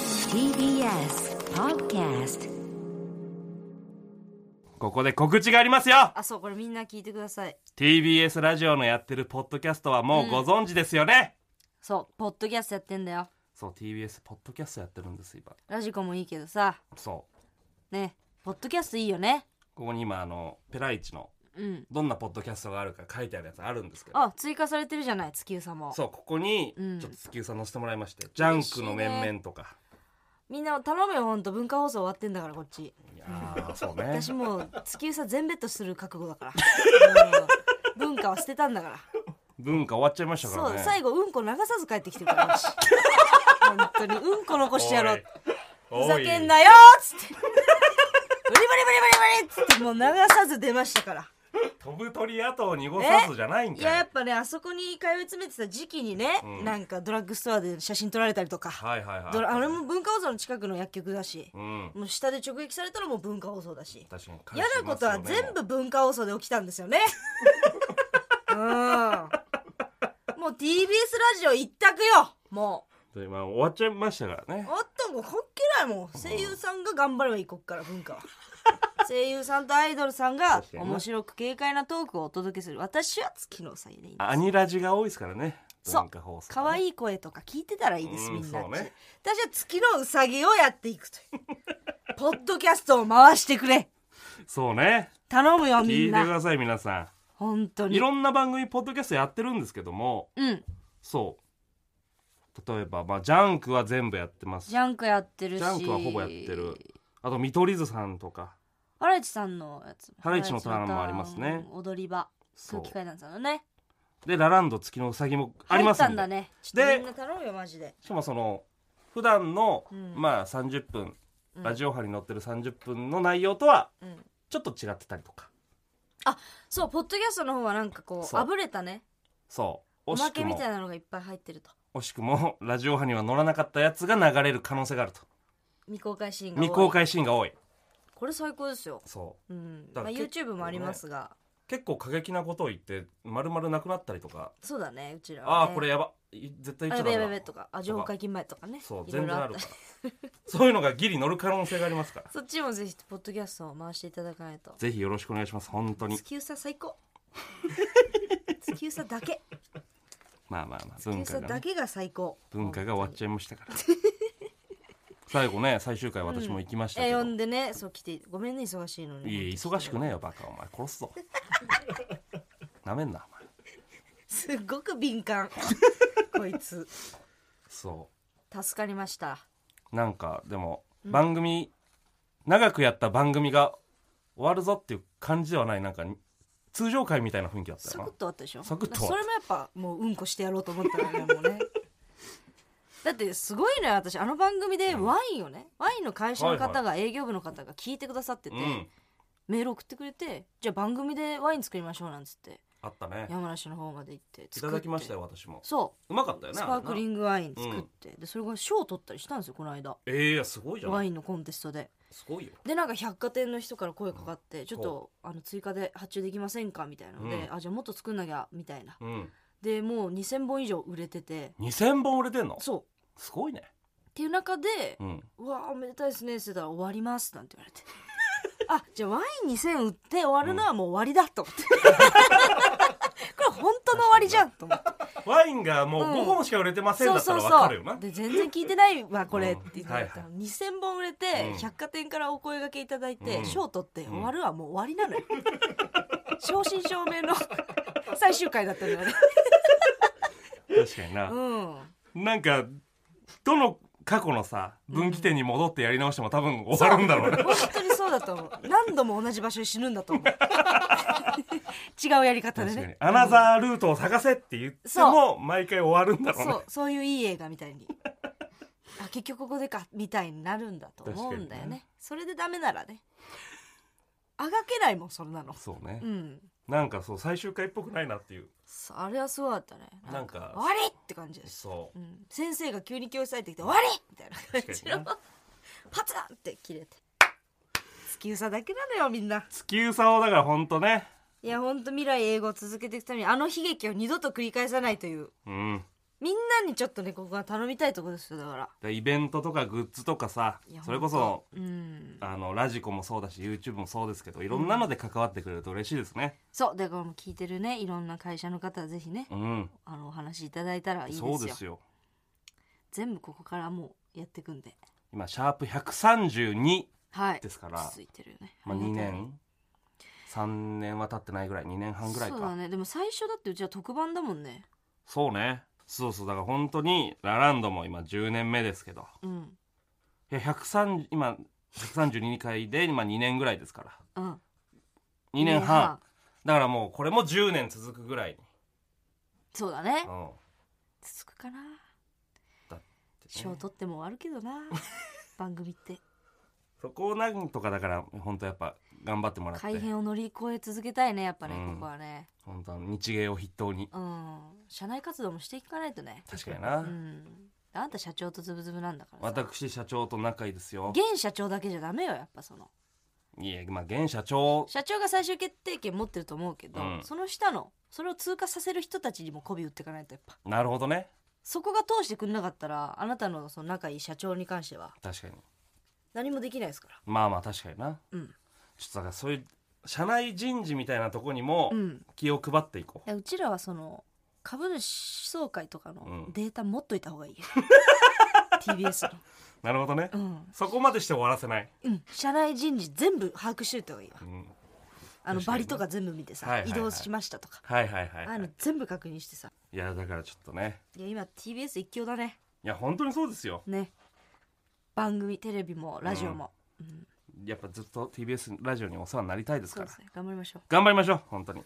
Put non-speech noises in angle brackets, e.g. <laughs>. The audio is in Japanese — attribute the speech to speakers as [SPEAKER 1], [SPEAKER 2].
[SPEAKER 1] TBS Podcast
[SPEAKER 2] ここで告知がありますよ
[SPEAKER 1] あそうこれみんな聞いてください
[SPEAKER 2] TBS ラジオのやってるポッドキャストはもうご存知ですよね、
[SPEAKER 1] そうポッドキャストやってんだよ
[SPEAKER 2] そう TBS ポッドキャストやってるんです今
[SPEAKER 1] ラジコもいいけどさ
[SPEAKER 2] そう
[SPEAKER 1] ねポッドキャストいいよね
[SPEAKER 2] ここに今あのペライチの
[SPEAKER 1] うん
[SPEAKER 2] どんなポッドキャストがあるか書いてあるやつあるんですけど
[SPEAKER 1] あ追加されてるじゃない月うさんも
[SPEAKER 2] そうここに
[SPEAKER 1] うん
[SPEAKER 2] ちょっと月うさん載せてもらいまして、ジャンクの面々とか、
[SPEAKER 1] みんな頼むよほんと文化放送終わってんだからこっち
[SPEAKER 2] いや
[SPEAKER 1] <laughs>
[SPEAKER 2] ーそうね
[SPEAKER 1] 私もう月うさん全ベッドする覚悟だからう
[SPEAKER 2] <laughs>
[SPEAKER 1] ん文化は捨てたんだから
[SPEAKER 2] 文化終わっちゃいましたか
[SPEAKER 1] そ
[SPEAKER 2] ら
[SPEAKER 1] う
[SPEAKER 2] ね
[SPEAKER 1] 最後うんこ流さず帰ってきてるから
[SPEAKER 2] <laughs>
[SPEAKER 1] 私本当にうんこ残してやろう
[SPEAKER 2] おい
[SPEAKER 1] ふざけんなよっつってブリブリブリブリブリっつってもう流さず出ましたから
[SPEAKER 2] 飛ぶ鳥跡を濁さずじゃないん
[SPEAKER 1] い
[SPEAKER 2] か
[SPEAKER 1] やや
[SPEAKER 2] い
[SPEAKER 1] っぱねあそこに通い詰めてた時期にね、
[SPEAKER 2] うん
[SPEAKER 1] なんかドラッグストアで写真撮られたりとか、
[SPEAKER 2] はいはいはい
[SPEAKER 1] ドラあれも文化放送の近くの薬局だし、
[SPEAKER 2] うん
[SPEAKER 1] もう下で直撃されたらもう文化放送だし
[SPEAKER 2] 確かに
[SPEAKER 1] 嫌なことは全部文化放送で起きたんですよねう
[SPEAKER 2] <laughs>
[SPEAKER 1] んもう TBS ラジオ一択よもう
[SPEAKER 2] 部まあ終わっちゃいましたからね
[SPEAKER 1] あったもう関係ないもん声優さんが頑張ればいいこっから文化
[SPEAKER 2] <laughs>
[SPEAKER 1] は声優さんとアイドルさんが
[SPEAKER 2] 確かにね
[SPEAKER 1] 面白く軽快なトークをお届けする私は月のさゆでいい
[SPEAKER 2] アニラジが多いですからね
[SPEAKER 1] そう
[SPEAKER 2] 文化放送
[SPEAKER 1] 可愛い声とか聞いてたらいいです
[SPEAKER 2] う
[SPEAKER 1] み
[SPEAKER 2] ん
[SPEAKER 1] んなっち、
[SPEAKER 2] そうね
[SPEAKER 1] 私は月のうさぎをやっていくという
[SPEAKER 2] <laughs>
[SPEAKER 1] ポッドキャストを回してくれ
[SPEAKER 2] そうね
[SPEAKER 1] 頼むよみ
[SPEAKER 2] 聞いて
[SPEAKER 1] ん
[SPEAKER 2] く
[SPEAKER 1] な
[SPEAKER 2] ださい皆さ
[SPEAKER 1] 本当
[SPEAKER 2] んい
[SPEAKER 1] に
[SPEAKER 2] ろんな番組ポッドキャストやってるんですけども
[SPEAKER 1] うん
[SPEAKER 2] そう例えば、まあ、ジャンクは全部やってます
[SPEAKER 1] ジャンクやってるし
[SPEAKER 2] ジャンクはほぼやってるあと見取り図さんとか
[SPEAKER 1] ハライチさんのやつ
[SPEAKER 2] ハライチのターンもありますね
[SPEAKER 1] ハライチのターン踊り場
[SPEAKER 2] そ
[SPEAKER 1] 空
[SPEAKER 2] う
[SPEAKER 1] 気階段さんのね
[SPEAKER 2] でラランド月のうさぎもあります
[SPEAKER 1] 入っ
[SPEAKER 2] ん
[SPEAKER 1] たん
[SPEAKER 2] で
[SPEAKER 1] だねちょっ
[SPEAKER 2] で
[SPEAKER 1] とみんな頼むよマジで
[SPEAKER 2] しかもその普段の、
[SPEAKER 1] うん
[SPEAKER 2] まあ30分
[SPEAKER 1] うん
[SPEAKER 2] ラジオ波に載ってる30分の内容とは
[SPEAKER 1] うん
[SPEAKER 2] ちょっと違ってたりとか
[SPEAKER 1] そうポッドキャストの方はなんかこう
[SPEAKER 2] そう
[SPEAKER 1] あぶれたね
[SPEAKER 2] そう
[SPEAKER 1] お
[SPEAKER 2] 惜
[SPEAKER 1] ま
[SPEAKER 2] しく
[SPEAKER 1] けみ
[SPEAKER 2] も
[SPEAKER 1] たいなのがいっぱい入ってると
[SPEAKER 2] 惜しくもラジオ波には乗らなかったやつが流れる可能性があると
[SPEAKER 1] 未公開シーンが多い
[SPEAKER 2] 未公開シーンが多い
[SPEAKER 1] これ最高ですよ
[SPEAKER 2] そ
[SPEAKER 1] うん
[SPEAKER 2] だ
[SPEAKER 1] まあ
[SPEAKER 2] から結
[SPEAKER 1] YouTube もありますが、
[SPEAKER 2] う結構過激なことを言って丸々なくなったりとか
[SPEAKER 1] そうだねうちらは、ね、
[SPEAKER 2] ああーこれやばい絶対
[SPEAKER 1] あ
[SPEAKER 2] 言
[SPEAKER 1] や
[SPEAKER 2] っちゃ
[SPEAKER 1] べ
[SPEAKER 2] ダ
[SPEAKER 1] やべ
[SPEAKER 2] メ
[SPEAKER 1] やべ
[SPEAKER 2] だ
[SPEAKER 1] とかあ情報解禁前とかね
[SPEAKER 2] そう
[SPEAKER 1] いろ
[SPEAKER 2] 全
[SPEAKER 1] いろ
[SPEAKER 2] 然
[SPEAKER 1] あっ
[SPEAKER 2] ある
[SPEAKER 1] た
[SPEAKER 2] から <laughs> そういうのがギリ乗る可能性がありますか
[SPEAKER 1] <laughs>
[SPEAKER 2] ら
[SPEAKER 1] そっちもぜひポッドキャストを回していただかないと
[SPEAKER 2] ぜひよろしくお願いします本当に
[SPEAKER 1] 月うさ最
[SPEAKER 2] <laughs>
[SPEAKER 1] 高月うさだけ
[SPEAKER 2] まあまあまあ
[SPEAKER 1] 月
[SPEAKER 2] 文
[SPEAKER 1] う
[SPEAKER 2] 化
[SPEAKER 1] さ
[SPEAKER 2] が、
[SPEAKER 1] だ
[SPEAKER 2] ね、
[SPEAKER 1] けが最高
[SPEAKER 2] 文化が終わっちゃいましたから最後ね最終回私も行きましたけ
[SPEAKER 1] え
[SPEAKER 2] ど、
[SPEAKER 1] 呼んでねそう来てごめんね忙しいのに
[SPEAKER 2] いえ忙しくねえよバカお前殺すぞなめんなお前
[SPEAKER 1] <laughs> すっごく敏
[SPEAKER 2] <laughs>
[SPEAKER 1] 感こいつ
[SPEAKER 2] そ
[SPEAKER 1] 助かりました
[SPEAKER 2] うなんかでも番組、長くやった番組が終わるぞっていう感じではないなんか通常回みたいな雰囲気だった
[SPEAKER 1] サ
[SPEAKER 2] よ
[SPEAKER 1] クッ
[SPEAKER 2] な
[SPEAKER 1] と終わったでしょ
[SPEAKER 2] サクッと終わ
[SPEAKER 1] そ
[SPEAKER 2] っ
[SPEAKER 1] れもやっぱもううんこしてやろうと思ったからねもう <laughs> ねだってすごいね私あの番組でワインをね、ワインの会社の方が営業部の方が聞いてくださってて、
[SPEAKER 2] うん
[SPEAKER 1] メール送ってくれてじゃあ番組でワイン作りましょうなんつって
[SPEAKER 2] あったね
[SPEAKER 1] 山梨の方まで行って
[SPEAKER 2] い
[SPEAKER 1] 作
[SPEAKER 2] た
[SPEAKER 1] って
[SPEAKER 2] だきましたよ私も
[SPEAKER 1] そう
[SPEAKER 2] まかったよ
[SPEAKER 1] う
[SPEAKER 2] ね
[SPEAKER 1] スパークリ
[SPEAKER 2] グ
[SPEAKER 1] ングワイン作って、でそれが賞を取ったりしたんですよこの間
[SPEAKER 2] ええすごいじゃ
[SPEAKER 1] ワ
[SPEAKER 2] ん
[SPEAKER 1] インのコンテストです
[SPEAKER 2] ごいよ
[SPEAKER 1] でなんか百貨店の人から声かかって、ちょっ
[SPEAKER 2] ほ
[SPEAKER 1] とあの追加で発注できませんかみたいなので、
[SPEAKER 2] うん
[SPEAKER 1] あじゃあもっと作んなきゃみたいな
[SPEAKER 2] うん
[SPEAKER 1] でもう2,000本以上売れてて
[SPEAKER 2] 2000本売れてんの
[SPEAKER 1] そう
[SPEAKER 2] すごいね
[SPEAKER 1] っていう中で <laughs>
[SPEAKER 2] うん
[SPEAKER 1] 「うわあおめでたいですね」って言ったら「終わります」なんて言われて <laughs> 「あじゃあワイン2,000売って終わるのはもう終わりだ」と <laughs> 思ってこれ本当の終わりじゃんと思って
[SPEAKER 2] ワインがもう
[SPEAKER 1] うん
[SPEAKER 2] 5本しか売れてませんだ
[SPEAKER 1] そう
[SPEAKER 2] った
[SPEAKER 1] そ
[SPEAKER 2] ら
[SPEAKER 1] う
[SPEAKER 2] 分か
[SPEAKER 1] そ
[SPEAKER 2] るよな、
[SPEAKER 1] うで全然聞いてないわこれ
[SPEAKER 2] う
[SPEAKER 1] っ
[SPEAKER 2] ん
[SPEAKER 1] て言ってたら
[SPEAKER 2] は
[SPEAKER 1] 2,000本売れて
[SPEAKER 2] うん
[SPEAKER 1] 百貨店からお声がけいただいて
[SPEAKER 2] うん
[SPEAKER 1] 賞取って終わるはもう終わりなのよ
[SPEAKER 2] <laughs>
[SPEAKER 1] 正真正銘の <laughs> 最終回だったんだよね
[SPEAKER 2] 確かにな、
[SPEAKER 1] うん
[SPEAKER 2] なんかどの過去のさ分岐点に戻ってやり直しても多分終わるんだろうね、
[SPEAKER 1] 本当にそうだと思う何度も同じ場所で死ぬんだと
[SPEAKER 2] <laughs>
[SPEAKER 1] 思う違うやり方で
[SPEAKER 2] 確かに
[SPEAKER 1] ね
[SPEAKER 2] アナザールートを探せって言っても毎回終わるんだろうね
[SPEAKER 1] そうそういういい映画みたいにあ結局ここでかみたいになるんだと思うんだよ
[SPEAKER 2] 確か
[SPEAKER 1] ね
[SPEAKER 2] に
[SPEAKER 1] それでダメならねあがけないもんそんなの
[SPEAKER 2] そうね、
[SPEAKER 1] うん
[SPEAKER 2] なんかそう最終回っぽくないなっていう
[SPEAKER 1] そうあれはすごかったね
[SPEAKER 2] なんか
[SPEAKER 1] 終わりって感じです、
[SPEAKER 2] そう
[SPEAKER 1] うん、先生が急に教室入ってきて終わりみたいな感じの
[SPEAKER 2] 確か
[SPEAKER 1] <laughs> パツンって切れて月うさだけなのよみんな
[SPEAKER 2] 月うさをだからほんとね
[SPEAKER 1] いや本当未来英語を続けていくためにあの悲劇を二度と繰り返さないという
[SPEAKER 2] うん
[SPEAKER 1] みんなにちょっとねここが頼みたいとこですよだから
[SPEAKER 2] でイベントとかグッズとかさ
[SPEAKER 1] いや
[SPEAKER 2] それこそ
[SPEAKER 1] ほんとうん
[SPEAKER 2] あのラジコもそうだし YouTube もそうですけどいろんなので関わってくれると嬉しいですね
[SPEAKER 1] そうでこれも聞いてるねいろんな会社の方はぜひね
[SPEAKER 2] うん、
[SPEAKER 1] あのお話いただいたらいいですよ
[SPEAKER 2] そうですよ
[SPEAKER 1] 全部ここからもうやっていくんで
[SPEAKER 2] 今シャープ132
[SPEAKER 1] はい
[SPEAKER 2] ですから
[SPEAKER 1] 続いてるよね、
[SPEAKER 2] まあ、2年3年は経ってないぐらい2年半ぐらいか
[SPEAKER 1] そう
[SPEAKER 2] そ
[SPEAKER 1] だ
[SPEAKER 2] う,、
[SPEAKER 1] ねでも最初だってうちは特番だもんね
[SPEAKER 2] ねそうそうだから本当にラランドも今10年目ですけど
[SPEAKER 1] うん
[SPEAKER 2] いや130今132回で今2年ぐらいですから
[SPEAKER 1] うん
[SPEAKER 2] 2年半だからもうこれも10年続くぐらいに、
[SPEAKER 1] そうだね
[SPEAKER 2] うん
[SPEAKER 1] 続くかな
[SPEAKER 2] だってね
[SPEAKER 1] 賞取っても終わるけど
[SPEAKER 2] <laughs>
[SPEAKER 1] な番組って
[SPEAKER 2] そこをなんとかだから本当やっぱ頑張ってもらって
[SPEAKER 1] 改変を乗り越え続けたいねやっぱね、
[SPEAKER 2] うん
[SPEAKER 1] ここはね
[SPEAKER 2] 本当あの日芸を筆頭に
[SPEAKER 1] うん社内活動もしていかないとね
[SPEAKER 2] 確かにな、
[SPEAKER 1] うんあんた社長とズブズブなんだからさ
[SPEAKER 2] 私社長と仲いいですよ
[SPEAKER 1] 現社長だけじゃダメよやっぱその
[SPEAKER 2] いやまあ現社長
[SPEAKER 1] 社長が最終決定権持ってると思うけど、
[SPEAKER 2] うん
[SPEAKER 1] その下のそれを通過させる人たちにも媚び打っていかないとやっぱ
[SPEAKER 2] なるほどね
[SPEAKER 1] そこが通してくれなかったらあなたのその仲いい社長に関しては
[SPEAKER 2] 確かに
[SPEAKER 1] 何もできないですから
[SPEAKER 2] まあまあ確かにな
[SPEAKER 1] うん
[SPEAKER 2] ちょっとだからそういう社内人事みたいなとこにも
[SPEAKER 1] うん
[SPEAKER 2] 気を配っていこう、
[SPEAKER 1] いやうちらはその株主総会とかの
[SPEAKER 2] うん
[SPEAKER 1] データ持っといた方が
[SPEAKER 2] <laughs>
[SPEAKER 1] いいよ、TBS の
[SPEAKER 2] なるほどね、
[SPEAKER 1] うん
[SPEAKER 2] そこまでして終わらせない、
[SPEAKER 1] うん、社内人事全部把握しといた方がいいわ
[SPEAKER 2] うん、
[SPEAKER 1] あの
[SPEAKER 2] 確
[SPEAKER 1] バ
[SPEAKER 2] かにね
[SPEAKER 1] リとか全部見てさ、
[SPEAKER 2] はいはいはい
[SPEAKER 1] 移動しましたとか、
[SPEAKER 2] はいはいはい、
[SPEAKER 1] あ
[SPEAKER 2] は
[SPEAKER 1] あいうの
[SPEAKER 2] い、
[SPEAKER 1] 全部確認してさ
[SPEAKER 2] いやだからちょっとね
[SPEAKER 1] いや今 TBS 一強だね
[SPEAKER 2] いや本当にそうですよ
[SPEAKER 1] ね番組テレビもラジオも、うん
[SPEAKER 2] やっぱずっと TBS ラジオにお世話になりたいです
[SPEAKER 1] そ
[SPEAKER 2] か
[SPEAKER 1] う
[SPEAKER 2] ら
[SPEAKER 1] ですね頑張りましょう
[SPEAKER 2] 頑張りましょう本当に